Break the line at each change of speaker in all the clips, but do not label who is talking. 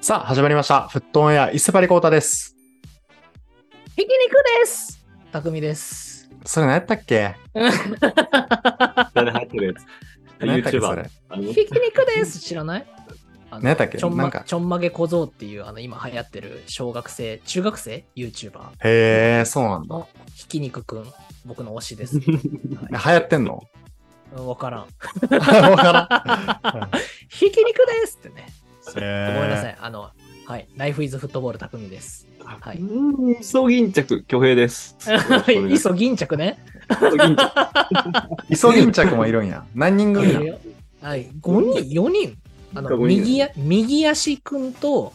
さあ、始まりました。フットオンエア、伊勢パリコータです。
ひき肉です匠です。
それ何やったっけ
何入ってるやつ。
何やったっけそ
YouTuber
れ。。
あの
ひき肉です知らないあの
何やったっけ
ちょん
なん
ま
か
ちょんまげ小僧っていうあの今流行ってる小学生、中学生 ?YouTuber
へえ、そうなんだ。
のひき肉くん、僕の推しです。
流行ってんの
うんわからん。
わからん。
ひき肉ですってね。
ごめ
ごめんなさ
い。
い。あの、はい。ライフイズフットボール匠です。はい。
うーん、磯銀着、巨 平です。
磯銀着ね。
磯銀着。
磯銀着もいるん や。何人組
い
な
る
ん
よはい。5人、4人。あの、
五人
右や、右足くんと、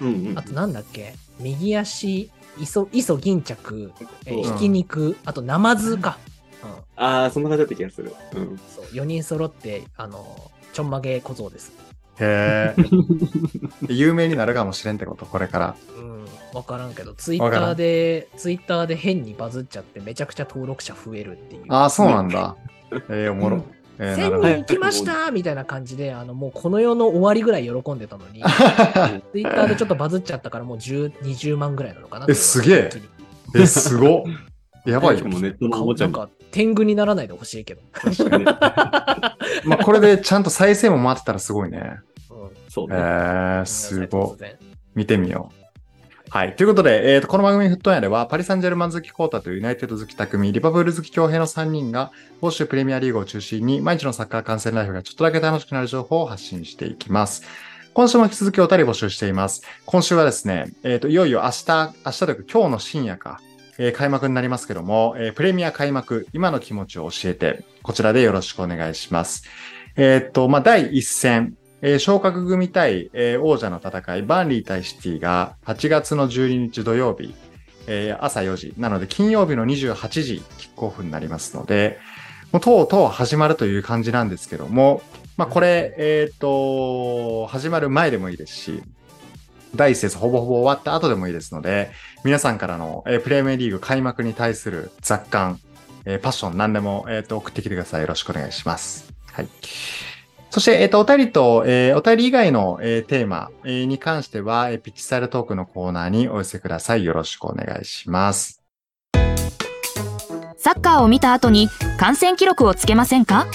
うんうん
あとなんだっけ右足、磯、磯銀着、えー
うん
ひき肉、あとナマズか。うん。
ああ、そんな感じだった気がする。うん。
そう、4人揃って、あの、ちょんまげ小僧です。
へえ。有名になるかもしれんってこと、これから。
うん、わからんけど、ツイ
わ
ッ
から
タ
ん
ーで、ツイッターで変にバズっちゃって、めちゃくちゃ登録者増えるっていう。
ああ、そうなんだ。ええ、おもろ。ええ、なる
1000
ほど。
人行きましたみたいな感じで、あの、もうこの世の終わりぐらい喜んでたのに、ツイッターでちょっとバズっちゃったから、もう10、20万ぐらいなのかな。
えすげえ え、すごっ。やばい
し
よ
か。もネットのお
顔
もちゃ
なん
も。
か、天狗にならないでほしいけど。
確かにね
まあ、これでちゃんと再生も回ってたらすごいね。
うん
そうね。
ええ、すごっ
突。然
見てみよう。はい。ということで、えーとこの番組フットンアでは、パリ・サンジェルマン好きコータとユナイテッド好き匠、リバプール好き強平の3人が、欧州プレミアリーグを中心に、毎日のサッカー観戦ライフがちょっとだけ楽しくなる情報を発信していきます。今週も引き続きお便り募集しています。今週はですね、えーと、いよいよ明日、明日というか今日の深夜か、えー開幕になりますけども、えープレミア開幕、今の気持ちを教えて、こちらでよろしくお願いします。えーっと、まあ、第1戦、えー昇格組対、えー王者の戦い、バンリー対シティが8月の12日土曜日、えー朝4時、なので金曜日の28時キックオフになりますので、もうとうとう始まるという感じなんですけども、まあ、これ、えっ、と、始まる前でもいいですし、第一節ほぼほぼ終わった後でもいいですので、皆さんからの、えープレミアリーグ開幕に対する雑感、えーパッション何でも、えーと送ってきてください。よろしくお願いします。はい。そして、えっ、と、お便りと、えーお便り以外の、えーテーマ、えーに関しては、えーピッチサイドトークのコーナーにお寄せください。よろしくお願いします。
サッカーを見た後に観戦記録をつけませんか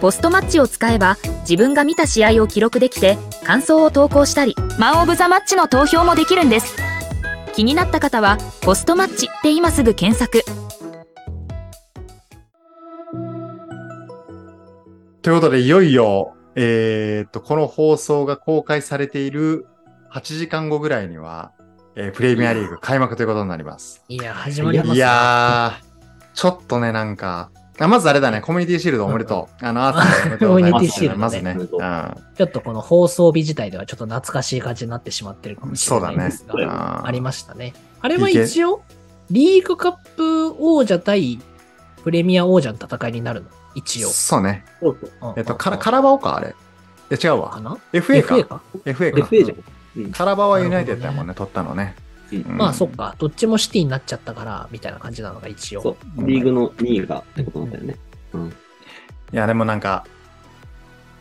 ポストマッチを使えば自分が見た試合を記録できて感想を投稿したりマン・オブ・ザ・マッチの投票もできるんです気になった方は「ポストマッチ」で今すぐ検索
ということで、いよいよ、えっと、この放送が公開されている8時間後ぐらいには、えープレミアリーグ開幕ということになります。
いや、始まりますね
いやー、ちょっとね、なんか、あまずあれだね、コミュニティシールドおめでとう。あの、アーサーおめでとうございます。
コミュニティシールドね
まずね、
おめでとう
う
ちょっとこの放送日自体ではちょっと懐かしい感じになってしまってるかも
ん。
し
そ
れ
うだ
ない
ね
です。が、
うん
ありましたね。あれは一応、リーグカップ王者対プレミア王者の戦いになるの一応。
そうね。
そうそう。
うん
えっと、カラ
うん
カラバオか、あれ。え、違う
か
わ。
な
FA か。
か
FA か。
FA じゃん。
カラバオはユナイテッドやもんね、取ったのね。
うん
うん
まあそっか、どっちもシティになっちゃったから、みたいな感じなのが一応。
そう。リーグの2位がってことなんだよね。
いや、でもなんか、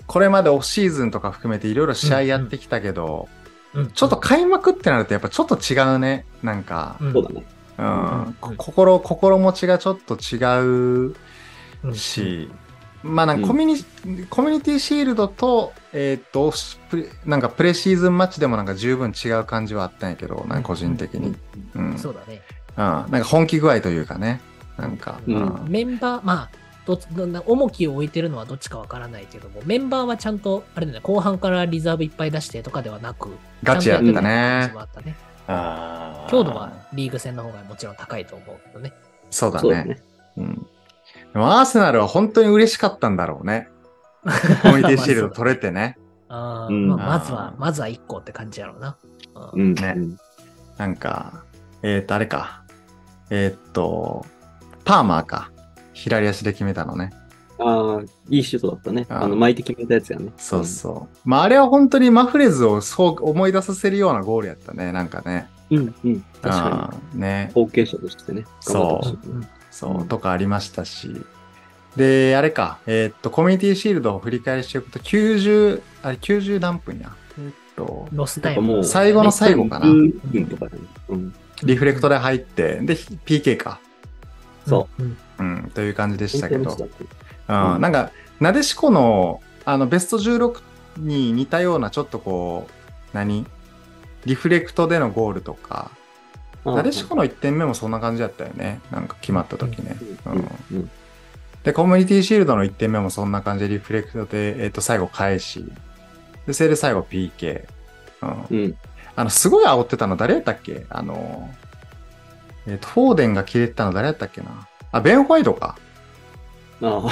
これまでオフシーズンとか含めていろいろ試合やってきたけど、
うん
ちょっと、開幕ってなるとやっぱちょっと違うね。なんか、
うん
そうだね。
う
うんん
こ心、心持ちがちょっと違
うん
うし、まあなんかコミュニ、コミュニティシールドと、えーっと、オフシプレなんかプレシーズンマッチでもなんか十分違う感じはあったんやけど、なんか個人的に。うん。うん
そうだね。
なんか本気具合というかね。なんか、
うん
うん
メンバー、まあ、どっちどんな重きを置いてるのはどっちかわからないけども、メンバーはちゃんと、あれだね、後半からリザーブいっぱい出してとかではなく、
ガチやった
ちゃんとやって
ね
る感じ。はあったね。
あー
強度はリーグ戦の方がもちろん高いと思うけどね。
そうだ
そう
ね。
だね。
うん。でもアーセナルは本当に嬉しかったんだろう ね。コミュニティシールド取れてね。
あー
うん
まあまずは
あ、ー
まずは1個って感じやろうな。うん
うん。
ね
うん
なんか、えー、と、あれか。えーっと、パーマーか。左足で決めたのね。
ああ、いいシュートだったね。
あー
あの、巻いて決めたやつやね。
そうそう。まあ、あれは本当にマフレーズをそう思い出させるようなゴールやったね。なんかね。
うん。うんうん。確か
に。ね
に。。後継者としてね。頑張ってほしい
うん
そうう、
ん
とかありましたし。で、あれか。えーっと、コミュニティシールドを振り返りしていくと、90、あれ90何分や。えーっと、
ロス
な
タ
ん
イ
か
ム。
もう、
最後の最後かな
1分とかだね。うん。
リフレクトで入って、で、PK か。
そ
うん。うん
うん、という感じでしたけど。
本当に落ちたっていう
うん
うん
なんか、なでしこの、あの、ベスト16に似たような、ちょっとこう、何リフレクトでのゴールとか、
あー
なでしこの1点目もそんな感じだったよね。なんか決まった時ね。
うんうんうん
で、コミュニティシールドの1点目もそんな感じでリフレクトで、えっ、と、最後返し。で、それで最後 PK。うん。
うん。
あの、すごい煽ってたの誰やったっけあの、えっ、と、フォーデンが切れてたの誰やったっけなあ、ベン・ホワイトか。
ああ。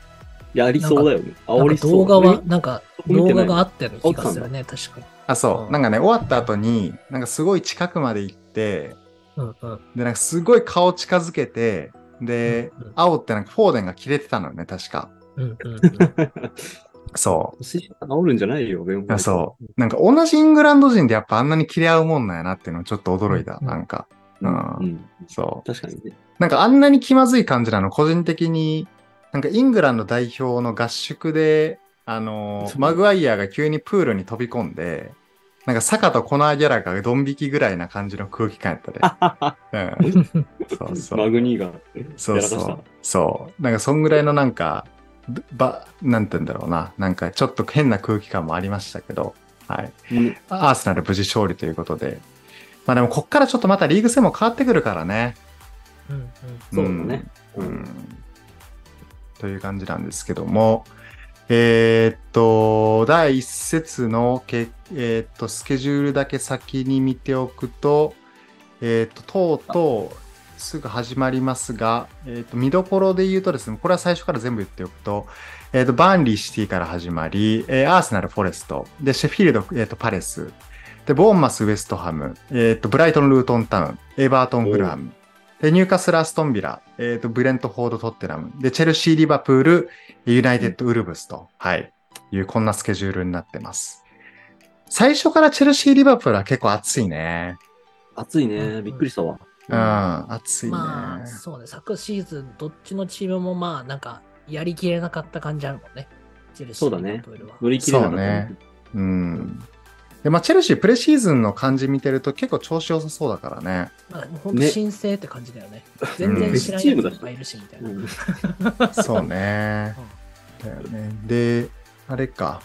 やりそうだよね。
な
煽
ん
り
か
そう。
動画は、なんか動画があ
あ
ったような気がするね、確かに。
あ、そう、
うん
なんかね、終わった後に、なんかすごい近くまで行って、
うんうん。
で、なんかすごい顔近づけて、で、
うんうん
青ってなんかフォーデンが切れてたのよね、確か。
うん うんうん。
そ
煽るんじゃないよ、弁
う。そう。なんか同じイングランド人でやっぱあんなに切れ合うもんなんやなっていうのちょっと驚いた、
うん
なんか。
う
うん
ん。
そう。
確かにね。
なんかあんなに気まずい感じなの、個人的に、なんかイングランド代表の合宿で、あのー、マグワイアが急にプールに飛び込んで、なんか坂とコナーギャラがドン引きぐらいな感じの空気感やったで。 うん。そうそう。
マグニーが。
そう
やら
そ
か
う。そう。なんかそんぐらいのなんか、ば、なんて言うんだろうな。なんかちょっと変な空気感もありましたけど、はい。
うん
アーセナル無事勝利ということで。まあでもこっからちょっとまたリーグ戦も変わってくるからね。
うんうん
そうだね。
う。
うん
うん
ん。
という感じなんですけども、えーっと、第1節のけ、えーっとスケジュールだけ先に見ておくと、えーっと、とうとうすぐ始まりますが、えーっと、見どころで言うとですね、これは最初から全部言っておくと、えーっと、バーンリーシティから始まり、えーアーセナル、フォレスト、で、シェフィールド、えーっと、パレス、で、ボーンマス、ウェストハム、えーっと、ブライトン、ルートンタウン、エバートン、フルハム、で、ニューカッスル、アストンビラ、えっ、と、ブレントフォード、トッテナム、で、チェルシー、リバプール、ユナイテッド、ウルブスと、はい、いう、こんなスケジュールになってます。最初からチェルシー、リバプールは結構熱いね。
暑いうね。
ん
びっくりしたわ。
うん、熱いね。
まあ、そうね、昨シーズン、どっちのチームもまあ、なんか、やりきれなかった感じあるもんね。チェルシー
そうだね
リバプールは
乗り切れなかった
そうね。うん。で、まあ、チェルシー、プレシーズンの感じ見てると結構調子良さそうだから ね。
まあ、もう本当新生って感じだよね。全然知らない人いっぱいいるし、みたいな。
うん
そうね。だよね。で、あれか。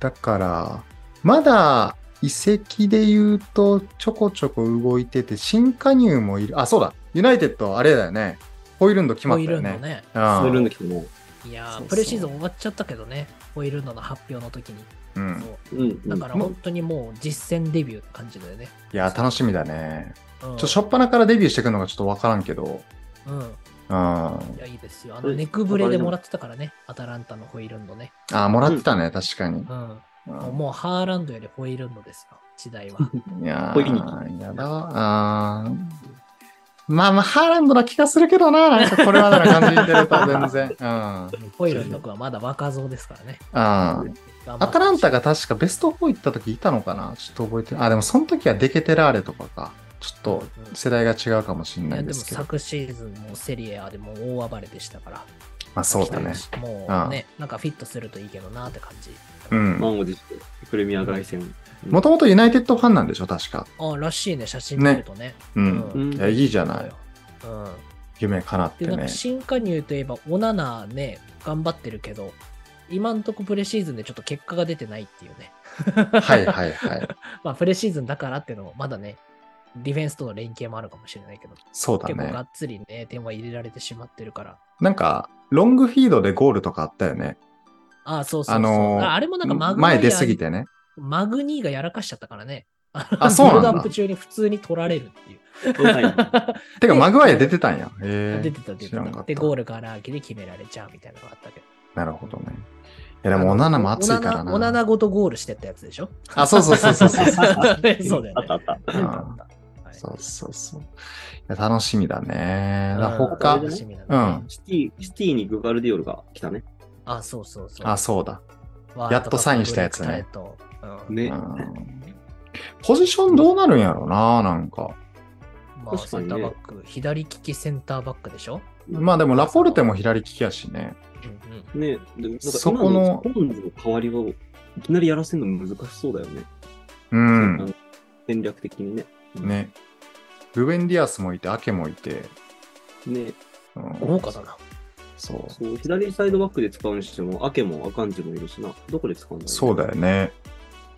だから、まだ移籍で言うと、ちょこちょこ動いてて、新加入もいる。あ、そうだ。ユナイテッド、あれだよね。ホイルンド決ま
ホ
っ
イ
たよ
ルンド
ね。
ね。
う
そういうんんだけども。
いやー
そうそう
プレシーズン終わっちゃったけどね、ホイルンドの発表の時に。
うん。
そう
うん。
だから本当にもう実戦デビューって感じだよね。
いや、楽しみだね。
うん、
ちょ、しょっぱなからデビューしてくるのがちょっとわからんけど。
うん。
うん。あ
いや、いいですよ。あ
こ
の、
れ
ネクブレでもらってたからね、アタランタのホイルンドね。
あ、もらってたね、確かに。
うん。
うん
もうハーランドよりホイルンドですよ、時代は。
いや
ホイに
ー、やだ。あーまあまあ、ハーランドな気がするけどな、なんかこれまでの感じに出 ると全然。うん。
ホイルンド君はまだ若造ですからね。
あ
頑張
ア
って
タランタが確かベスト4行った時いたのかなちょっと覚えてない。あ、でもその時はデケテラーレとかか。ちょっと世代が違うかもしれ
い
な
や
い
で
で
も
すけど。
昨シーズンもセリエ A でも大暴れでしたから、
まあそうだね。
も
ああ
うね、なんかフィットするといいけどなって感じ。
うん。
満を持して、プレミア凱旋。
もともとユナイテッドファンなんでしょ確か。
ああらしいね、写真見るとね。
うん。
うん
いや、いいじゃない。。
うん。
夢叶って
で、なん
ね
か。新加入といえば、オナナね、頑張ってるけど、今んとこプレシーズンでちょっと結果が出てないっていうね。
はいはいはい。
まあ、プレシーズンだからっていうのも、まだね、ディフェンスとの連携もあるかもしれないけど、
そうだ
結構
ね。
がっつりね、点は入れられてしまってるから。
なんか、ロングフィードでゴールとかあったよね。
ああ、そうそうそう。
あのー
あれもなんかマグワイア
前
に
出すぎてね。
マグニーがやらかしちゃったからね。
あそうなんだ
ビルドアップ中に普通に取られるっていう。
てか、マグワイア出てたんや。へー
出てた出て
知らんか
た。
っ
で、ゴー
た。
ルから空きで決められちゃうみたいなのがあったけど。
なるほどね。いや、でも、オナナも熱いから
オナナオナ
な。
ナごとゴールしてったやつでしょ
あ、そうそうそうそう そう。
そうだよね。
あったあっ
う
た。
ん
はい
そうそうそう。いや楽しみだね。だ
うん
他、
う
楽
ん
しみだね
うん。
シティ、シティにグバルディオルが来たね。
あ、そうそうそう。
あ、そうだ。
ワールドカップ
やっとサインしたやつね
とうん
う
ね。
んポジションどうなるんやろうな、なんか。
まあ、
確
セ
か
ン
にね
ターバック、左利きセンターバックでしょ
まあでも、ラポルテも左利きやしね。
うんうん
ねでもなんか
そこの
今のコンズの代わりをいきなりやらせるの難しそうだよね。
うん。
戦略的にね。
ね。ルベン・ディアスもいて、アケもいて。
ね、
うん、
豪華だな。
そう。
そう左サイドバックで使うにしても、アケもアカンジもいるしな。どこで使うんだろう、
そうだよね。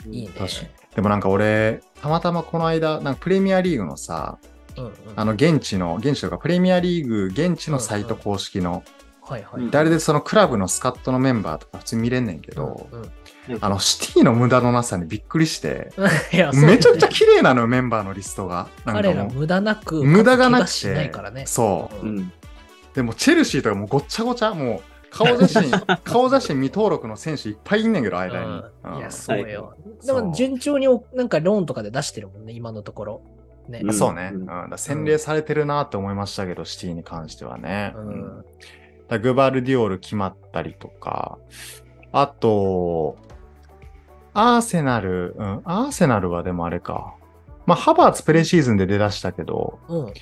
うん
いいね。
確かに。でもなんか俺、たまたまこの間、なんかプレミアリーグのさ、
うんうん。
あの現地の、現地とかプレミアリーグ現地のサイト公式の、
はいはい。
うん
誰でそのクラブのスカットのメンバーとか普通に見れんねんけど、
うんうん
あのシティの無駄のなさにびっくりして、
いやそう
めちゃくちゃ綺麗なのよ、メンバーのリストが。なんか
彼
も
ら
う。
無駄なく、
無駄がなくて
怪我しないからね。。
そうう。
うんん。
でもチェルシーとかもうごっちゃごちゃ、もう顔写 真、顔写真未登録の選手いっぱいいんねんけど、間に。
うんい
うん
や、そうよ。で
そう
も、順調にお、なんかローンとかで出してるもんね、今のところ。ね
う
あ。
ん
そうね。う
うん
ん。だから洗礼されてるなって思いましたけど、シティに関してはね。
うん
だからグバルディオール決まったりとか、あと、アーセナル、うん、アーセナルはでもあれか。まあ、ハバーツプレシーズンで出だしたけど、
うん。
うん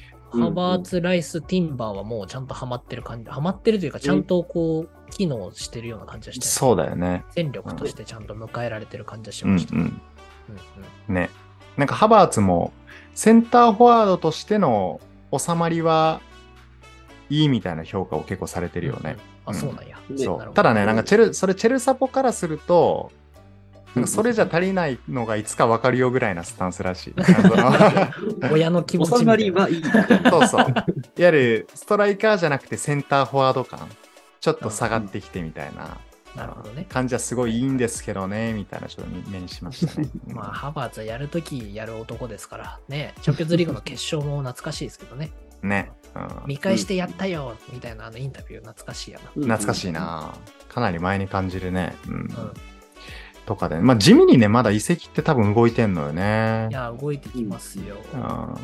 ハバーツ、ライス、ティンバーはもうちゃんとハマってる感じ。ハマってるというか、ちゃんとこう、機能してるような感じがして、
そうだよね。
戦力としてちゃんと迎えられてる感じがし
うん
ました。
うん。
うんうん
ね。なんかハバーツもセンターフォワードとしての収まりはいいみたいな評価を結構されてるよね。。
あ、そうなんや。
うん
そ
なるほ
う
ど
ただね、なんかチェル、それチェルサポからすると、なんかそれじゃ足りないのがいつか分かるよぐらいなスタンスら しい。あ
親の気持ちみた
収
いな
まりはい い。
のそうそう。いわゆるストライカーじゃなくてセンターフォワード感、ちょっと下がってきてみたいな
なるほどね。
感じはすごいいいんですけどね、みたいなちょっと目にしましたね。
まあ、ハバーツはやるときやる男ですから、ね、チャンピオンズリーグの決勝も懐かしいですけどね、
ね。うん
見返してやったよみたいなあのインタビュー懐かしいやな。
懐かしいな、かなり前に感じるね。うん。
うん
とかで、まあ地味にね、まだ移籍って多分動いてんのよね。
いや、動いてきますよ。
うん。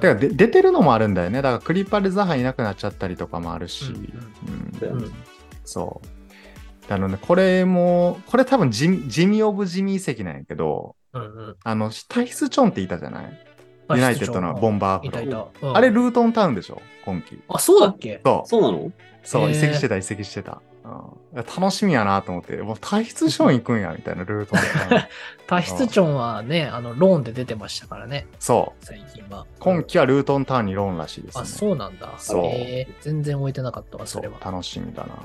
てかで、出てるのもあるんだよね。だからクリパルザハいなくなっちゃったりとかもあるし。うん
うん。
うん
そう。あのね、これも、これ多分地味地味オブ地味移籍なんやけど、
うんうん
あの、タヒスチョンっていたじゃないユナイテッドのボンバーフ
いたい
ロー。
た。うん
あれ、ルートンタウンでしょ今季。
あ、そうだっけ
そう。
そうなの
そう、
へー
移籍してた、移籍してた。うん、楽しみやなと思って、もう体質ショーン行くんや、みたいなルート で。
タヒスチョンはね、あの、ローンで出てましたからね、
そう。
最近は。
今季はルートンタウンにローンらしいですね。
あ、そうなんだ。
そう
へー全然置いてなかったわ、それは。
そう楽しみだなっ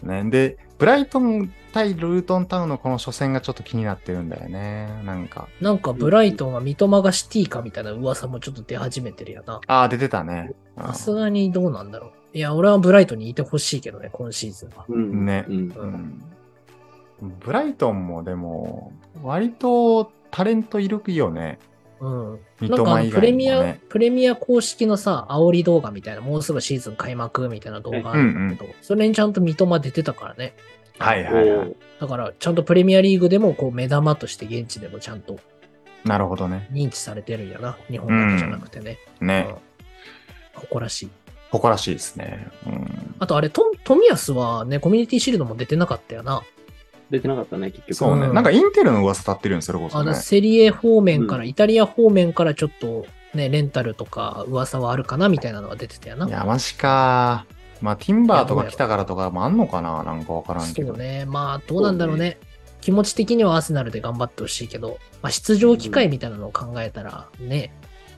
て、ね。で、ブライトン対ルートンタウンのこの初戦がちょっと気になってるんだよね。なんか。
なんか、ブライトンは三笘がシティかみたいな噂もちょっと出始めてるやな。
ああ、出てたね。うん
さすがにどうなんだろう。いや、俺はブライトンにいてほしいけどね、今シーズンは。
うん
ね
うん
う
うんブライトンもでも、割とタレントいるよね。
うん。
三
なんか
笘
あの
以
プ
外
レ
に
ミ
も
ア
ね。、
プレミア公式のさ、煽り動画みたいな、もうすぐシーズン開幕みたいな動画あるんだけど、それにちゃんと三笘出てたからね。
はいはいはい。
だから、ちゃんとプレミアリーグでも、こう、目玉として現地でもちゃんと
なるほどね。
認知されてるんやな。日本だけじゃなくてね。
ね。
うん誇らしい。
誇らしいですね。うん、
あと、あれ、ト富安はね、コミュニティシールドも出てなかったよな。
出てなかったね、結局。
そうね、
うん
なんかインテルの噂立ってるんですよ、それこ
あ
そ
の
ね。
セリエ方面から、
う
イタリア方面からちょっと、ね、レンタルとか噂はあるかなみたいなのは出てたよな。
いや、マジか。まあ、ティンバーとか来たからとかもあんのかななんかわからんけ
そ
ど。
うね。まあ、どうなんだろうね。気持ち的にはアーセナルで頑張ってほしいけど、まあ、出場機会みたいなのを考えたら、ね、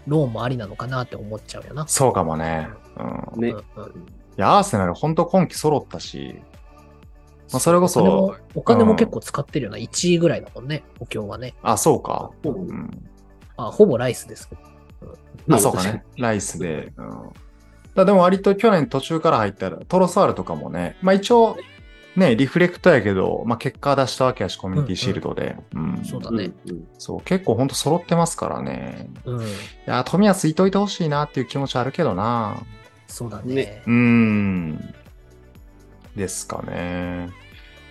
ローンもありなのかなって思っちゃうよな。
そうかもね。うん。い
ね
うんうん
や、アーセナル、ほんと今季揃ったし、まあ、それこ
お金
そ
も、お金も結構使ってるよな。1位ぐらいだもんね、補強はね。
あ、そうか。
そううね
ん。
あ、ほぼライスですけど。
あ、そうかね。。ライスで。うん。だでも割と去年途中から入ったら、トロサールとかもね、まあ一応、ね、リフレクトやけど、まあ結果出したわけやし、コミュニティシールドで。うん。
そうだ
うん
ね。
うん
そう、結構ほんと揃ってますからね。
うん。
いや、富安いといてほしいなっていう気持ちはあるけどな。
そうだね。
ね
うーん。ですかね。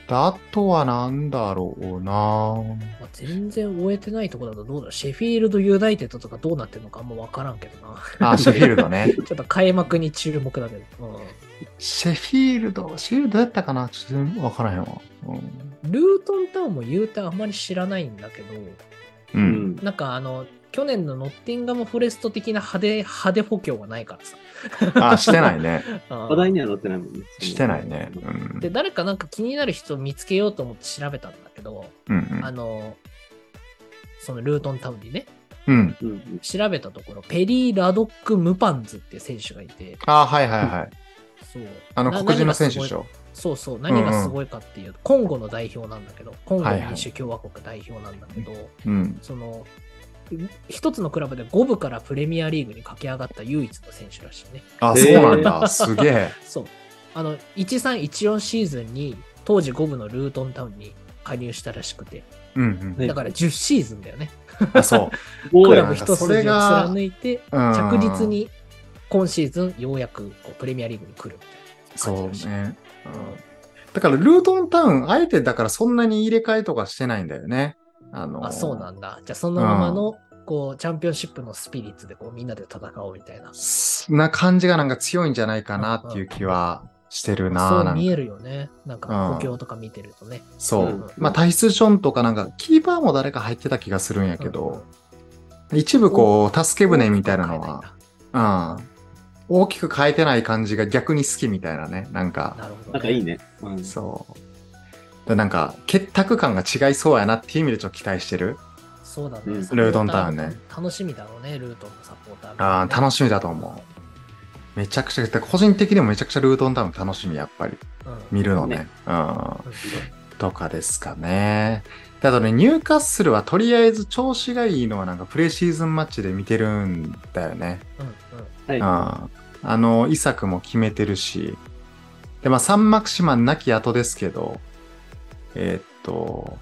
であとはなんだろうな。
まあ、全然終えてないとこだとどうだろうシェフィールドユナイテッドとかどうなってるのかあんま分からんけどな。
あ、シェフィールドね。
ちょっと開幕に注目だけど。うん
シェフィールド、シェフィールドやったかなちょっとわからへんわ。うん。
ルートンタウンも言うてあんまり知らないんだけど、
う、
うんん。
なんかあの、去年のノッティンガム・フォレスト的な派手、派手補強がないからさ。
あ、してないね。
うん
話題にはなってないもんね。
してないね。うん。
で、誰かなんか気になる人を見つけようと思って調べたんだけど、
うんうん
あの、そのルートンタウンにね、
うん。
うんうん。
調べたところ、ペリー・ラドック・ムパンズっていう選手がいて、
あーはいはいはい。
そう。
あの、
な
黒人の選手でし。
何がすごい
ょ。
そうそう。何がすごいかっていう、コンゴの代表なんだけど、コンゴ
はいはい
民主共和国代表なんだけど、
うん。
その、一つのクラブで5部からプレミアリーグに駆け上がった唯一の選手らしいね。
あ、
え
そう
ー
なんだ。すげえ。
そう。あの、1314シーズンに、当時5部のルートンタウンに加入したらしくて、
うん
はい
だから10シーズンだよね。
うん。あ、そう。
お
ク
い
ラブ一筋を貫いて、
うん
着実。に今シーズンようやくこうプレミアリーグに来るみたいな
そう
感じらしい。
ね。うんだから、ルートンタウン、あえてだからそんなに入れ替えとかしてないんだよね。あのー
あ、そうなんだ。じゃあそのままの、こう、チャンピオンシップのスピリッツでこうみんなで戦おうみたいな。
すな感じがなんか強いんじゃないかなっていう気はしてるな。
そう
なんか
見えるよね。なんか補強とか見てるとね。
そう。
うん
まあ、体質ションとかなんか、キーパーも誰か入ってた気がするんやけど、一部こう、助け舟みたいなのは、うん。大きく変えてない感じが逆に好きみたいなね。なんか、
なるほど、
なんかいい。ね。うん
そう。だからなんか、結託感が違いそうやなっていう意味でちょっと期待してる。
そうだね。
うん
サポー
ルートンタウンね。
楽しみだろうね、ルートンのサポーター、
ああ、楽しみだと思う。めちゃくちゃ、だから個人的にもめちゃくちゃルートンタウン楽しみ、やっぱり。
う。うん。
見るのね。
ね
うん。
うん
とかですかね。であとね、ニューカッスルはとりあえず調子がいいのはなんかプレシーズンマッチで見てるんだよね。
うんうん
は
う
い
ん。。あの、イサクも決めてるし。で、まあ、サンマクシマン亡き後ですけど、えーっと、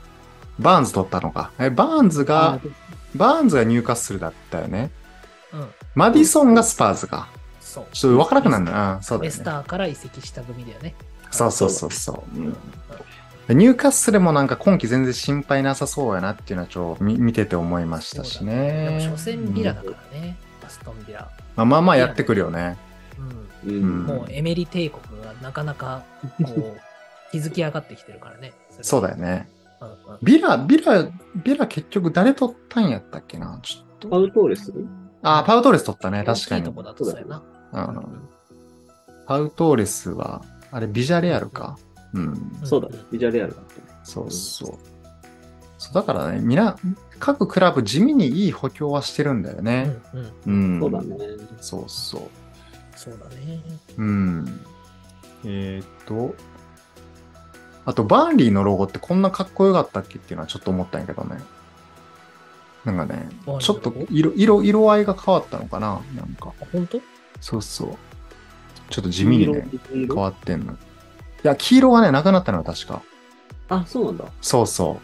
バーンズ取ったのか。え、バーンズが、バーンズがニューカッスルだったよね。
うん。
マディソンがスパーズか。
そう。
ちょっと分からなくなるんだな。うんそうだ
レ
よね
ス。ターから移籍した組だよね。
そうそうそうそう。うんニューカッスルもなんか今季全然心配なさそうやなっていうのはちょっと見見てて思いましたし
でも、
ね。
初戦ビラだ
うん
からね。アストンビラ。
まあまあまあやってくるよね。
うん。
う
う
ん
ん。
もうエメリ帝国がなかなかこう築き上がってきてるからね。
そうだ
よ。
よね。
うんうん
ビラ、ビラ、ビラ結局誰取ったんやったっけなちょっ
パ
と。
ウトーレス
あー、パウトーレス取ったね。確か
大きい
に。
とこだとそうやな。
うんパウトーレスは、あれビジャレアルか。うん。
ん
そうだね。ビジャレアルだったね。
そうそう。そうだからね、みな、各クラブ地味にいい補強はしてるんだよね。
うんうん。
うん。
そうだね。
そうそう。
そうだね。
うん。えーっと、あと、バーンリーのロゴってこんなかっこよかったっけっていうのはちょっと思ったんやけどね。なんかね
バーンリーのロゴ、
ちょっと色、色、色合いが変わったのかななんか。
あ本当
そうそう。ちょっと地味にね、
黄
変
色
わってんの。いや、黄色がね、なくなったのは確か。
あ、そうなんだ。
そうそ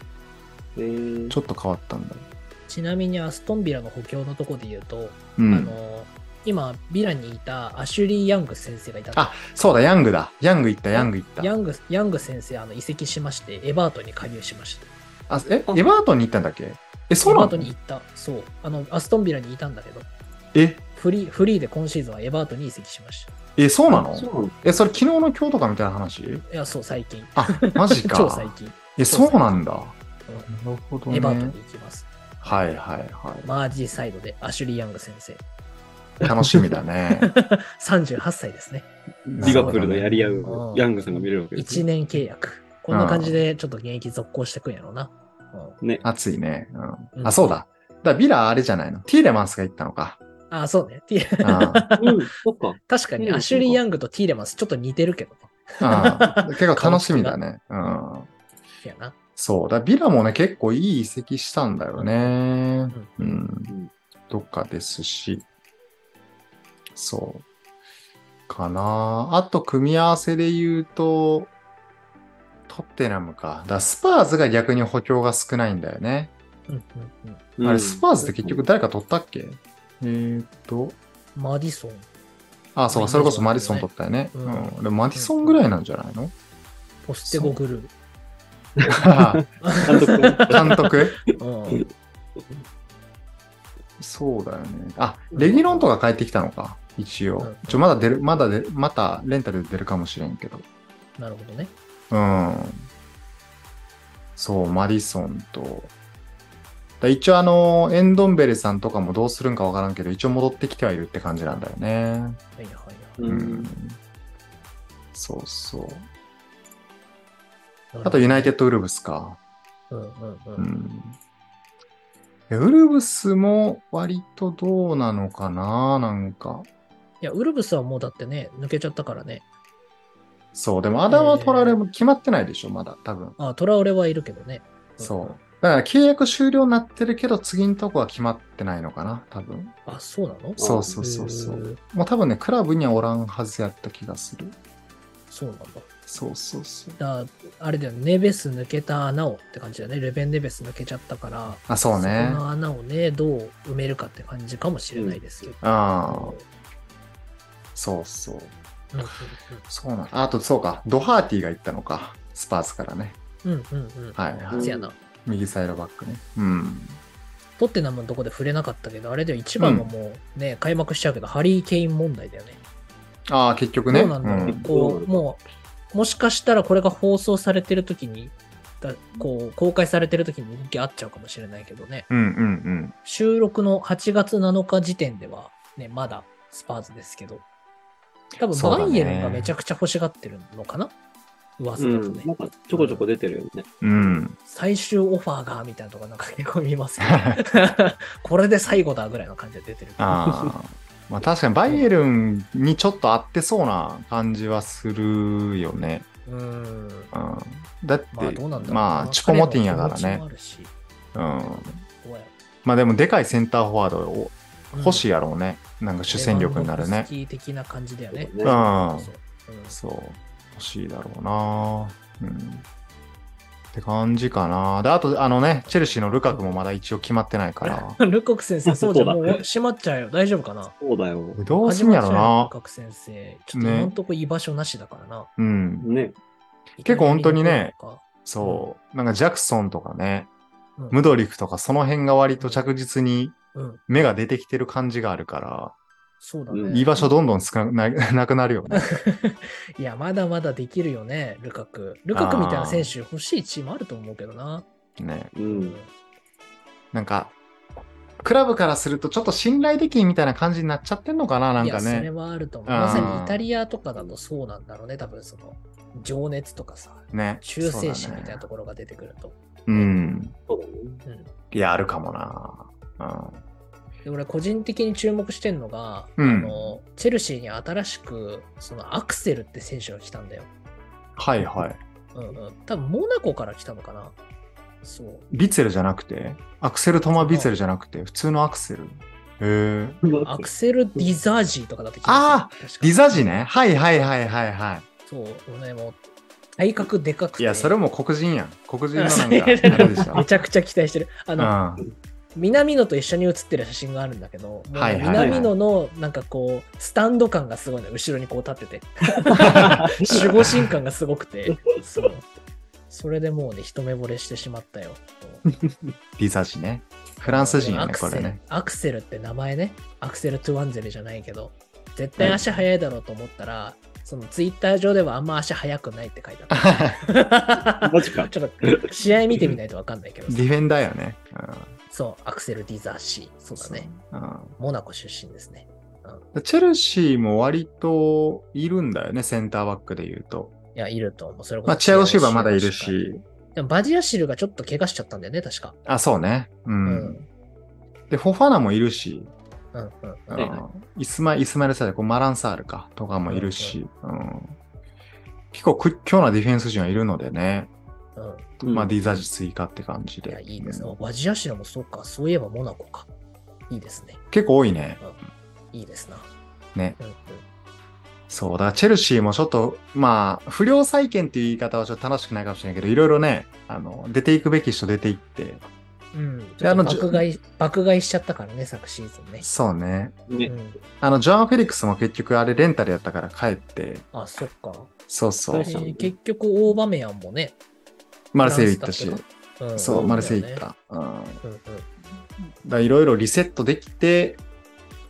う。
えー
ちょっと変わったんだよ。
ちなみにアストンビラの補強のとこで言うと、
う
あ
ん。
の今ビラにいたアシュリー・ヤング先生がいたんだ
あ、そうだ、ヤングだ。ヤング行った、ヤング行った
ヤ。ングヤング先生あの移籍しましてエバートンに加入しました。
あ、え、エバートンに行ったんだっけえ、そう
エ
な
バートン
の
に行った。そう。あのアストンビラにいたんだけど、
え、
フリーフリーで今シーズンはエバートンに移籍しました。
え、そうなの
そうなんだ。
え、それ昨日の今日とかみたいな話
いや、そう、最近。
あ、マジか。
超最近。
え、そうなんだ。な
う
るほど
んエバートン
ね
に。行きます。
はいはいは
マージサイドでアシュリー・ヤング先生。
い。楽しみだ ね。
38歳ですね。
リバプールのやり合
うん
うヤングさんが見れるわけです
1
ね。
年契約。こんな感じでちょっと現役続行してくんやろうな。
ね。
熱いね。うん
うん
あ、そうだ。だからビラあれじゃないの。ティーレマンスが行ったのか。
ああ、そうね。 ティ
うんうん
うん、そっか。
確かに
うん
アシュリー・ヤングとティーレマンスちょっと似てるけどね。
結構楽しみだね。うん
やな。
そう。だからビラもね、結構いい移籍したんだよね。う
うん
ん。とかですし。そう。かなあと、組み合わせで言うと、トッテナムか。だからスパーズが逆に補強が少ないんだよね。
うんうんうん
あれ、スパーズって結局誰か取ったっけ、えーっと、
マディソン。
あ、そうか、
まあ
それこそマディソン取ったよね。う
うん
で
ん。
もマディソンぐらいなんじゃない の、
ポステゴグルー。
監督
監督
うん
そうだよね。あ、レギュロンとか帰ってきたのか。一
う
応
ん。
ちょ、まだ出る、まだ出る、またレンタルで出るかもしれんけど。
なるほどね。
うん。そう、マディソンと。だ一応あの、エンドンベレさんとかもどうするんかわからんけど、一応戻ってきてはいるって感じなんだよね。
はいはいはい。
う
うんん。そうそう。
なるほど
あと、ユナイテッドウルブスか。
うんうんう。
うんん。いやウルブスも割とどうなのかななんか。
いや、ウルブスはもうだってね、抜けちゃったからね。
そう、でもアダムは取られも決まってないでしょ、まだ、多分。
あ、トラオレはいるけどね。
そう。だから契約終了になってるけど、次のとこは決まってないのかな、多分。
あ、そうなの
そうそうそうそ
へ
う。
ー
もう多分ね、クラブにはおらんはずやった気がする。
そうなんだ。
そうそうそう。
だあれだよね、ネベス抜けた穴をって感じだね。レベン・ネベス抜けちゃったから、
あ、そうね
そ。この穴をね、どう埋めるかって感じかもしれないですけど。
ああ、そうそう。
うん
そうなんああと、そうか、ドハーティが行ったのか、スパーズからね。
うんうんうんうん。
はいは
う
い
ん。せやな。
右サイドバックね。うん。
トッテナムのとこで触れなかったけど、あれで一番はもうね、開幕しちゃうけど、ハリー・ケイン問題だよね。
ああ、結局ね。
どうなんだろう、
ん
こう、もう、もしかしたらこれが放送されてる時に、だこう、公開されてる時に人気あっちゃうかもしれないけどね。
うんうんうん。
収録の8月7日時点では、ね、まだスパーズですけど、多分
そうだね
バイエルンがめちゃくちゃ欲しがってるのかな噂
う
だと
ん
ね、。
なんかちょこちょこ出てるよね。
うん。
最終オファーが、みたいなとかなんか結構見ますけど、 これで最後だぐらいの感じで出てる。
ああ。まあ確かにバイエルンにちょっと合ってそうな感じはするよね。
うん。
うん、だって、
まあどうなんだろうな。
まあチュポモティンやから
彼の気持ちも
ね
あ。るし
うん。
どうや
まあでもでかいセンターフォワードを
うん
欲しいやろうね。なんか主戦力になる
レバンドフ
ね
ス。キー的な感じだよね。
う
レ
ん。
そうそううん
そう。欲しいだろうな。うん。って感じかな。で、あと、あのね、チェルシーのルカクもまだ一応決まってないから。
ルコク先生、そうじゃん
そ
も
う
う
だ
閉まっちゃうよ。大丈夫かな
そうだよ。
どうすんやろ
始まっちゃうよ
な
ル。コク先生。ちょっと今んとこ居場所なしだからな。
うん。
ね。
結構本当にね
いきなりなんか。
そう。なんかジャクソンとかね、
うん
ムドリクとかその辺が割と着実に
うん、
芽が出てきてる感じがあるから、
そうだ
う
ね。
ん
居場所どんどん少な ななくなるよね。
いや、まだまだできるよね、ルカク。ルカクみたいな選手欲しいチームあると思うけどな。
ね。
う。
うん
なんか、クラブからするとちょっと信頼できんみたいな感じになっちゃってんのかな、ないん
や、
か
それ
ね。
はあると思う。
うん
まさにイタリアとかだとそうなんだろうね、多分その、情熱とかさ、
ね。
忠誠
そうだ
心
ね
みたいなところが出てくると。
うん。
そうだね。
うん
いや、あるかもな。
で俺個人的に注目してんのが、
うん
あのチェルシーに新しくそのアクセルって選手が来たんだよ。
うん。はいはい。
うんうん、多分モナコから来たのかな。そう。
ビッツェルじゃなくて、アクセル・トマ・ビッツェルじゃなくて、普通のアクセル。へえ。
アクセル・ディザージーとかだって聞い
あ
確か
リザジね。はいはいはいはいはい。
そう。俺もう体格でかくて。
いや、それ
も
も黒人やん。黒人のなんか、あ
め
れでし
ちゃくちゃ期待してる。 あの、
ょ。うん。
南野と一緒に写ってる写真があるんだけど、もうね
はいはいはい
南野のなんかこう、スタンド感がすごいね、後ろにこう立ってて。守護神感がすごくて、 そう。それでもうね、一目惚れしてしまったよ。
リザジね。フランス人や
ア
ね、
ク
こ
セ
れ
ル、
ね。
アクセルって名前ね、アクセル・トゥワンゼルじゃないけど、絶対足速いだろうと思ったら、そのツイッター上ではあんま足速くないって書いてあった。
マジ か。
ちょっと試合見てみないとわかんないけど
デ
さ
ィフェンダーよね。
そう、アクセル・ディザーシー。そうだね。
うん。
モナコ出身ですね。
うんチェルシーも割といるんだよね、センターバックで言うと。
いや、いると思う。それこそ。
まあ、チェアゴシーバーまだいる。し。
でもバジアシルがちょっと怪我しちゃったんだよね、確か。
あ、そうね。う。。
うん
で、フォファナもいるし、
うんうん
う
うん。
んイスマイスマイルサイド、こうマランサールか、とかもいるし、うん結構屈強なディフェンス陣はいるのでね、
うん
うん
まあ、ディザージ追加って感じ
い
で。
や、いいです
う
ね
ん。
バジアシルもそうか。そういえばモナコか。いいですね。
結構多いね。
いいですな。
ね。
うんうん。
そうだ、チェルシーもちょっと、まあ、不良債権っていう言い方はちょっと楽しくないかもしれないけど、いろいろね、あの、出ていくべき人出ていって、
うん、
であの
爆買い、爆買いしちゃったからね、昨シーズンね。
そうね。
う
ね。
ん、
あの、ジョアン・フェリックスも結局あれレンタルやったから帰って、
あ、そっか。
そうそう
え、ー結局、オーバメヤンもね。
マルセイユ行ったし
フラン、スだっけ、ん
そう、マルセイユ行っ。
だ
た。うん。
よねうんう
だ
ん
からいろいろリセットできて、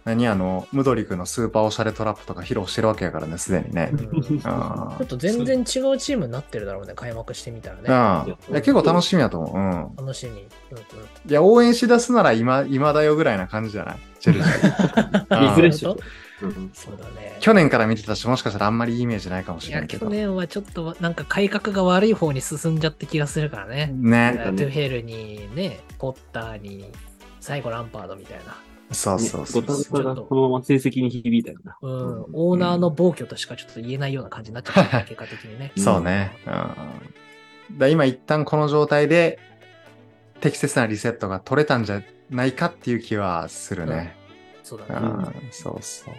何あの、ムドリクのスーパーオシャレトラップとか披露してるわけやからね、すでに ね。
うん
うん。うん
ちょっと全然違うチームになってるだろうね、開幕してみたら
い
ね。
や結構楽しみやと思う。うん。
楽しみ。うんうん
いや、応援しだすなら今、今だよぐらいな感じじゃない チェルシー。
リフレッシ
あ
ュ
本。
うん
そうだね。
去年から見てたし、もしかしたらあんまりいいイメージないかもし
い
れ
や
んけ
去
ど。
年はちょっとなんか改革が悪い方に進んじゃった気がするからね。
ね。
トゥヘルにね、ポッターに、最後ランパードみたいな。
そうそうそう
ね
そう。
ごたごたがこのまま成績に響いたよな。
うん
うん、
オーナーの暴挙としかちょっと言えないような感じになっちゃ った、結果的にね。
そうね。うん。だ今一旦この状態で適切なリセットが取れたんじゃないかっていう気はするね。
そう
う
だね。
ん、そうそう。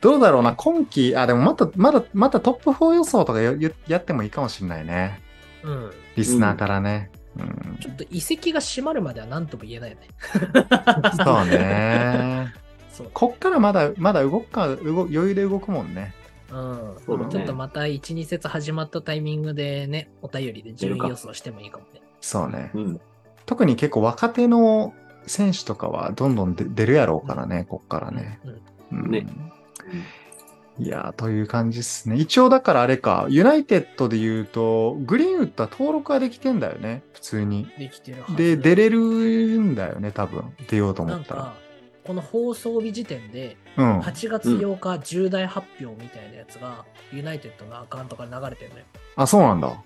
どうだろうな、今季、あ、でもまた、まだ、またトップ4予想とかよよやってもいいかもしれないね。
うん。
リスナーからね。うん。
ちょっと遺跡が閉まるまでは何とも言えないよね。
そうね。
そう。
こっからまだ、まだ動くか、動余裕で動くもんね。
うん。
そうだね
ちょっとまた1、2節始まったタイミングでね、お便りで順位予想してもいいかもね。
そうね。
うん。
特に結構若手の選手とかはどんどんで出るやろうからね、こっからね。
うん。
うん
ね
いやー、という感じですね。一応だからあれか、ユナイテッドで言うと、グリーンウッドは登録はできてんだよね、普通に。
できてるはず
で、出れるんだよね、多分。出ようと思
なん
ったら。
か、この放送日時点で、
うん。
8月8日重大発表みたいなやつが、ユナイテッドのアカウントから流れてるのよ。
あ、そうなんだ。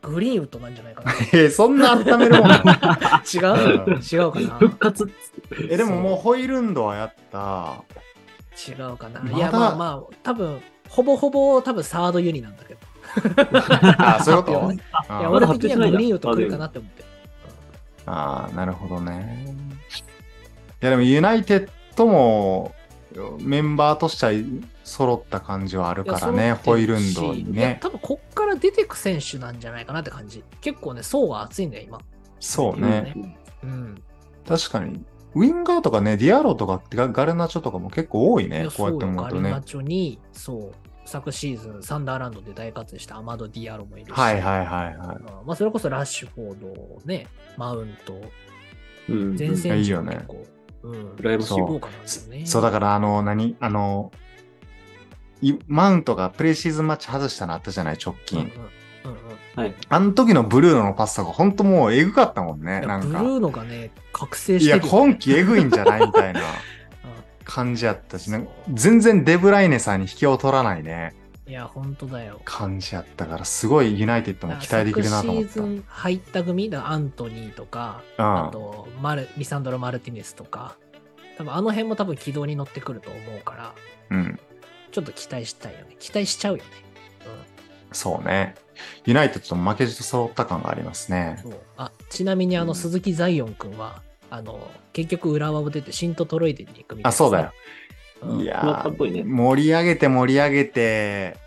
グリーンウッドなんじゃないかな。
えーそんな温めるもんなの
違
う
う
ん
違うかな
復活っつって
え、でももうホイルンドはやった。
違うかな、
まだ
いやまあまあ多分ほぼほぼ多分サードユニなんだけど
あ、そういうこと
い
あ
いや
ー
俺的にはグリーンウッド来るかなって思って
あー、なるほどね。いや、でもユナイテッドもメンバーとしては揃った感じはあるから
い
ね、
や揃
ホ
って
イル
る
ン
し
ドに
いや
ね。
多分こっから出てく選手なんじゃないかなって感じ結構ね層が厚いんだよ今
そう
うん
ね。
うん
確かに。ウィンガーとかね、ディアロとかガガルナチョとかも結構多い
い
ね
や、
こうやって思
ガ
う
ル
と
ナ
ね。
チョにそう昨シーズンサンダーランドで大活躍したアマド・ディアロもいるし、
はいはいはいはい。
うんまあ、それこそラッシュフォードねマウント
うん。
前線
いい
陣
よ
も
ね
結構、うん
羨ましい
そう
豪華なんですよね
そうだから、あの、何あの、いマウントがプレシーズンマッチ外したのあったじゃない、直
うんうん
近。
うんうん
はい。
あの時のブルーノのパスとか、本当もうえぐかったもんね、
いや
なん
ブル
か。
ーノがね、覚醒
い
して
や、
るよね、
今季えぐいんじゃないみたいな 感じやったし、なんか全然デブライネさんに引けを取らないね、
うんいや、本当だよ。
感じやったから、すごいユナイテッドも期待できるなと思っ
昨シーズン入った組だ、アントニーとか、あ
た。うん。
とマル、リサンドロ・マルティネスとか、多分あの辺も多分軌道に乗ってくると思うから、
うん。
ちょっと期待したいよね。期待しちゃうよね。
そうね。ユナイテッドも負けじと揃った感がありますね
うん。。そうあちなみに、あ
う
の、
ん
鈴木ザイオン君は、あの、結局浦和を出て、シントトロイデンに行くみたいな。
あ、そうだよ。
うん。
いや
なったっぽいね
ー、盛り上げて盛り上げて、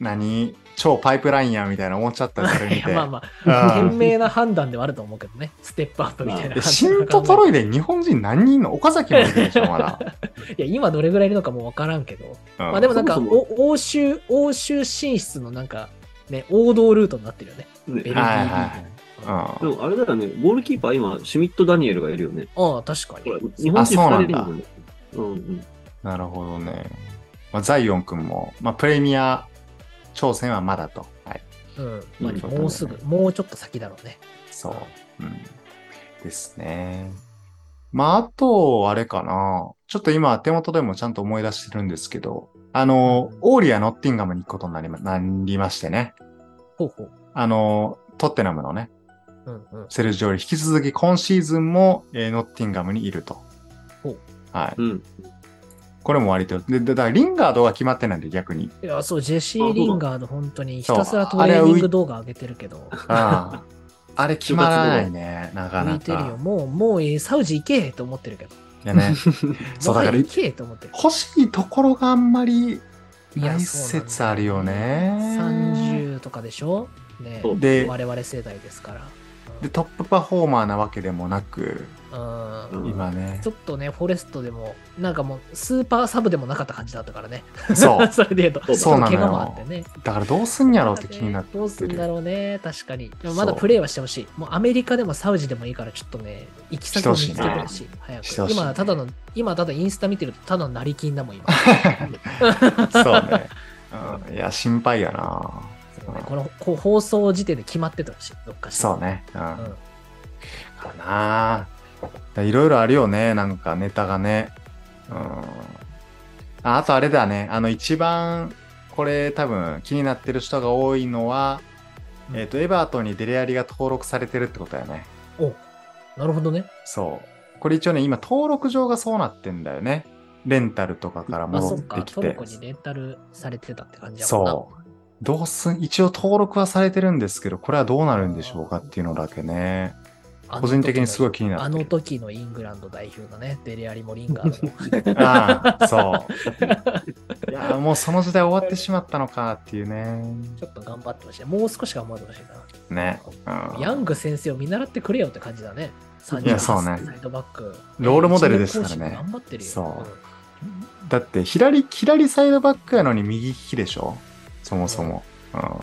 何超パイプラインやみたいな思っちゃったから
い
見
や
て。
まあまあ、
あ
賢明な判断ではあると思うけどね。ステップアップみたいな判断は考えて。
シントトロイで日本人何人いんの岡崎もいるでしょ、ま だ。
いや、今どれぐらいいるのかもわからんけど。
うん
まあでもなんか、
そもそも
お欧州、欧州進出のなんか、ね、王道ルートになってるよね。ベ
ね
ルギーリーグ。
はいはい
で
うん
もあれだよね、ゴールキーパー今、シュミット・ダニエルがいるよね。
ああ、確か
ほら
に。
日本人
あそうなん
2人いる
だ
もんね。うんうん。
なるほどね。まあ、ザイオン君も、まあ、プレミア挑戦はまだと。はい。
うん。まあ、
うん
もうすぐ、もうちょっと先だろうね。
そう。うん。ですね。まあ、あと、あれかな。ちょっと今、手元でもちゃんと思い出してるんですけど、あの、オーリア・ノッティンガムに行くことになりまなりましてね。
ほうほう。
あの、トッテナムのね、
うんうん。
セルジオリ、引き続き今シーズンも、えーノッティンガムにいると
ほう。
はい。
うん。
これも割と。で、でだからリンガードが決まってないんで、逆に。
いや、そう、ジェシ
あそ
ー・
うだ
リンガード、本当にひたすらトレーニング動画上げてるけど、
あ あ。あれ決まらないね、なか
浮
ない
てるよ。
か。
もう、もうええ、サウジ行けと思ってるけど。
いや ね、そうだから
もはや行けと思ってる。
欲しいところがあんまり
い
な
や
い
そうなんだ
説あるよね。
30とかでしょね
そう
で
我々世代ですから。うん
で、トップパフォーマーなわけでもなく、
うん
うん
今ね
ち、ょっとね、フォレストでも、なんかもう、スーパーサブでもなかった感じだったからね。
そう。
それで言うと、
そうなのよ
ちょっと怪我もあってね。
だからどうすんやろうって気に なって
どうすんだろうね、確かに。でもまだ
そう
プレーはしてほしい。もうアメリカでもサウジでもいいから、ちょっとね、行き先を見つけてほしい。
して
早
ほ
く。
しいね
今、ただの、今、ただインスタ見てると、ただの成金だもん、今。
そうね。うん、いや、心配やな。
そうねこのこう放送時点で決まっててほしい、どっかしら
そうね。うん。
う
か
ん
なあいろいろあるよね、なんかネタがね。うん。ああとあれだね、あの一番、これ多分気になってる人が多いのは、
うん
えっ、と、エバートンにデレアリが登録されてるってことだよね。
なるほどね。
そう。これ一応ね、今登録上がそうなってんだよね。レンタルとかから
まあ
戻
そ
っ
ってか、
き
トル
て
コ。にレンタルされてたって感じやもんな。
そう。どうすん、一応登録はされてるんですけど、これはどうなるんでしょうかっていうのだけね。
あの時の
個人的にすごい気になっ
あ
て
の
る。
時のイングランド代表のね、デレアリ・モリンガードの
ああ、 そう。いや、もうその時代終わってしまったのかっていうね。
ちょっと頑張ってほしい。もう少し頑張ってほしい
ね。うん
な。ヤング先生を見習ってくれよって感じだね。
いやそうね
38サイドバック。
ロールモデルですからね
一年更新頑張ってるよ。
そうんだって左、左サイドバックやのに右利きでしょそもそも。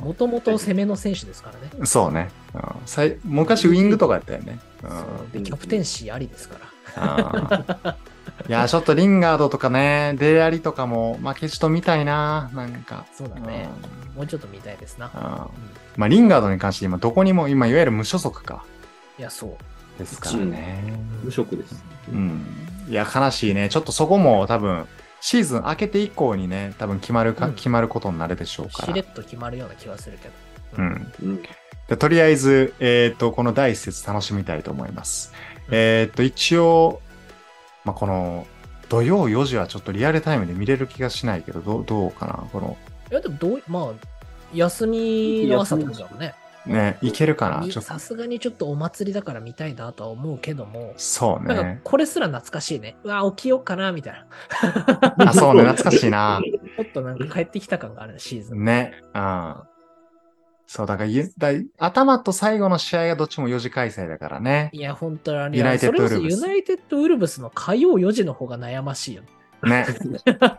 もともと攻めの選手ですからね。
うん、そうね、うんさい。昔ウィングとかやったよね。うん
そうでキャプテンシーありですから。
あーいや、ちょっとリンガードとかね、デレアリとかも負けじと見たいな、なんか。
そうだ
うん
ね。もうちょっと見たいですな。
うんまあ、リンガードに関して今どこにも、今いわゆる無所属か。
いや、そう。
ですからね。
無職です。
うん。いや、悲しいね。ちょっとそこも多分、シーズン明けて以降にね、多分決まるか、
うん
決まることになるでしょうか
し
ら
れっ。と決まるような気はするけど。
うん。
うん。
でとりあえず、えっ、と、この第一節楽しみたいと思います。
うん
えっ、と、一応、まあ、この、土曜4時はちょっとリアルタイムで見れる気がしないけど、どうどうかなこの、
いや、でもどう、まあ、休みの朝ってことだもんね。
ね、いけるかな
み
ちょっと
さ、すがにちょっとお祭りだから見たいなとは思うけども、
そう
なんか
ね。
これすら懐かしいね。うわ、起きようかな、みたいな。
あ、そうね、懐かしいな。
ちょっとなんか帰ってきた感があるねシーズン。
ね、うん。そう、だからゆだい、頭と最後の試合がどっちも4時開催だからね。
いや、本当にあれ
ユナイテッド
それこそ
ウルブス
ユナイテッドウルブスの火曜4時の方が悩ましいよ
ね。
ね。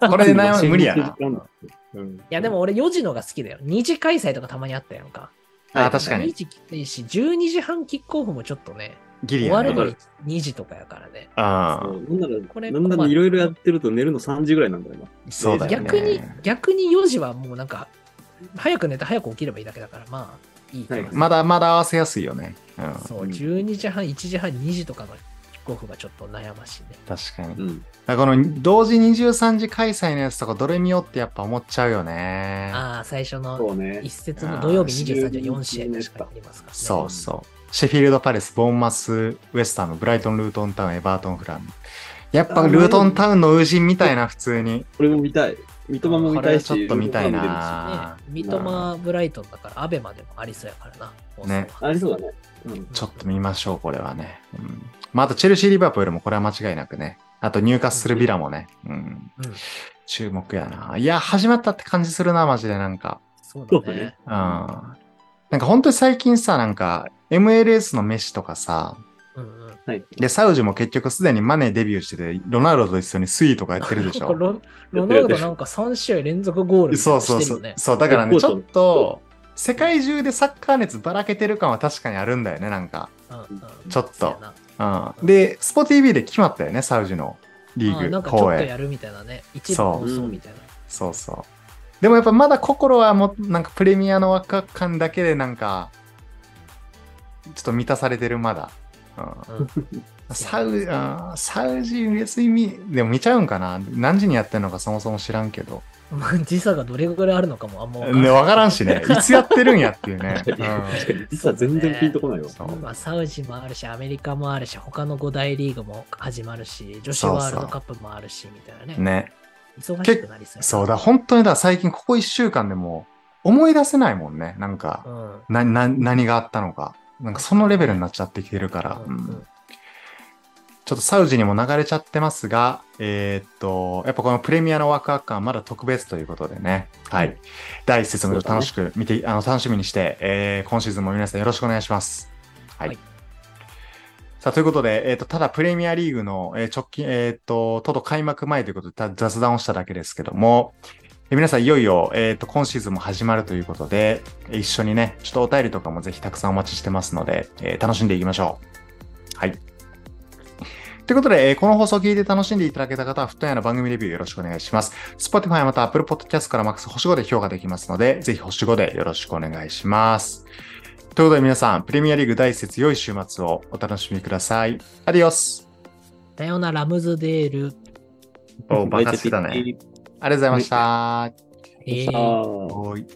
これで悩む無理やな。
うん。い
いや、でも、俺4時のが好きだよ。2時開催とかたまにあったやんか。
あ、確か
2
に。
時きついし、12時半キックオフもちょっとね、
ギリ
終
や
わる
ね。
のに2時とかやからね。
あ
そ
あ、
うなんなら、
これ
なんならいろいろやってると寝るの3時ぐらいなんだよな。
そうだよね。
逆に、逆に4時はもうなんか、早く寝て早く起きればいいだけだから、まあ、いいかな
はい
まだまだ合わせやすいよね。うん、
そう、
うん
12時半、1時半、2時とかのキックオフがちょっと悩ましいね。
確かに。
うん。
だからこの同時23時開催のやつとかどれ見ようってやっぱ思っちゃうよね。
ああ、最初の
そうね
一。節の土曜日23時
あ
は
ー
4試合確かにありますからね。
そうそう。シェフィールド・パレス、ボーンマス、ウエスタム、ブライトン・ルートン・タウン、エバートン・フラム。やっぱルートン・タウンの友人みたいな、普通に。
これも見たい。三笘も見たいし、
これはちょっと見たいな
ルーカも
あ
ね、三笘、ブライトンだから、アベマでもありそうやからな。放送
ね
出るしありそうだね。うん。
ちょっと見ましょう、これはね。うん。まあ、あと、チェルシー・リバプールもこれは間違いなくね。あと、入荷するビラもね。うん。
うん
注目やな。いや、始まったって感じするな、マジで、なんか。
そう
そう
だ
だ
ね
ね。
うん。なんか、本当に最近さ、なんか、MLS のメッシとかさ、
うんうん。
はい。
で、サウジも結局すでにマネーデビューしてて、ロナウドと一緒にスイーとかやってるでしょ。
ロロナウドなんか3試合連続ゴールしてる
そう
よね。
そうそう。そう、だからね、
こう
ち
そう
ょっと、世界中でサッカー熱ばらけてる感は確かにあるんだよね、なんか。
うんうん
ちょっと
そうやな
うん。で、スポ TV で決まったよね、サウジのリ
あーな
ーグ、
んかちょ
公
っと
演。
やるみたいなね。一部
そう
放送みたいな。
そうそう。でもやっぱまだ心はもう、なんかプレミアのワクワク感だけでなんか、ちょっと満たされてる、まだ。うん
うん
サウあーサウジ、別に見、でも見ちゃうんかな何時にやってるのかそもそも知らんけど。
まあ時差がどれぐらいあるのかもあんまわから
ね、わからんし ね。いつやってるんやっていうね。うん
実は全然ピンとこないわ。
そう
まあ、サウジもあるし、アメリカもあるし、他の5大リーグも始まるし、女子ワールドカップもあるし、みたいなね。
ね。
忙しくなりそうやな
そうだ、本当にだ、最近ここ1週間でもう思い出せないもんね。なんか、
うん。
な、な、何があったのか。なんかそのレベルになっちゃってきてるから。
うん
うんちょっとサウジにも流れちゃってますが、えーっと、やっぱこのプレミアのワクワク感はまだ特別ということでね。はい。第一節も楽しく見て、あの、楽しみにして、えー今シーズンも皆さんよろしくお願いします。はい。
はい
さあ、ということで、えーっと、ただプレミアリーグの、えー直近、えーっと、とど開幕前ということでた雑談をしただけですけども、えー皆さんいよいよ、えーっと、今シーズンも始まるということで、えー一緒にね、ちょっとお便りとかもぜひたくさんお待ちしてますので、えー楽しんでいきましょう。はい。ということで、えーこの放送を聞いて楽しんでいただけた方は、フットンの番組レビューよろしくお願いします。Spotify また Apple Podcast から MAX 星5で評価できますので、ぜひ星5でよろしくお願いします。ということで皆さん、プレミアリーグ第一節良い週末をお楽しみください。アディオス。
だよな、ラムズデール。
お、バカ好きだね。ありがとうございました。
えー
ああ。
おい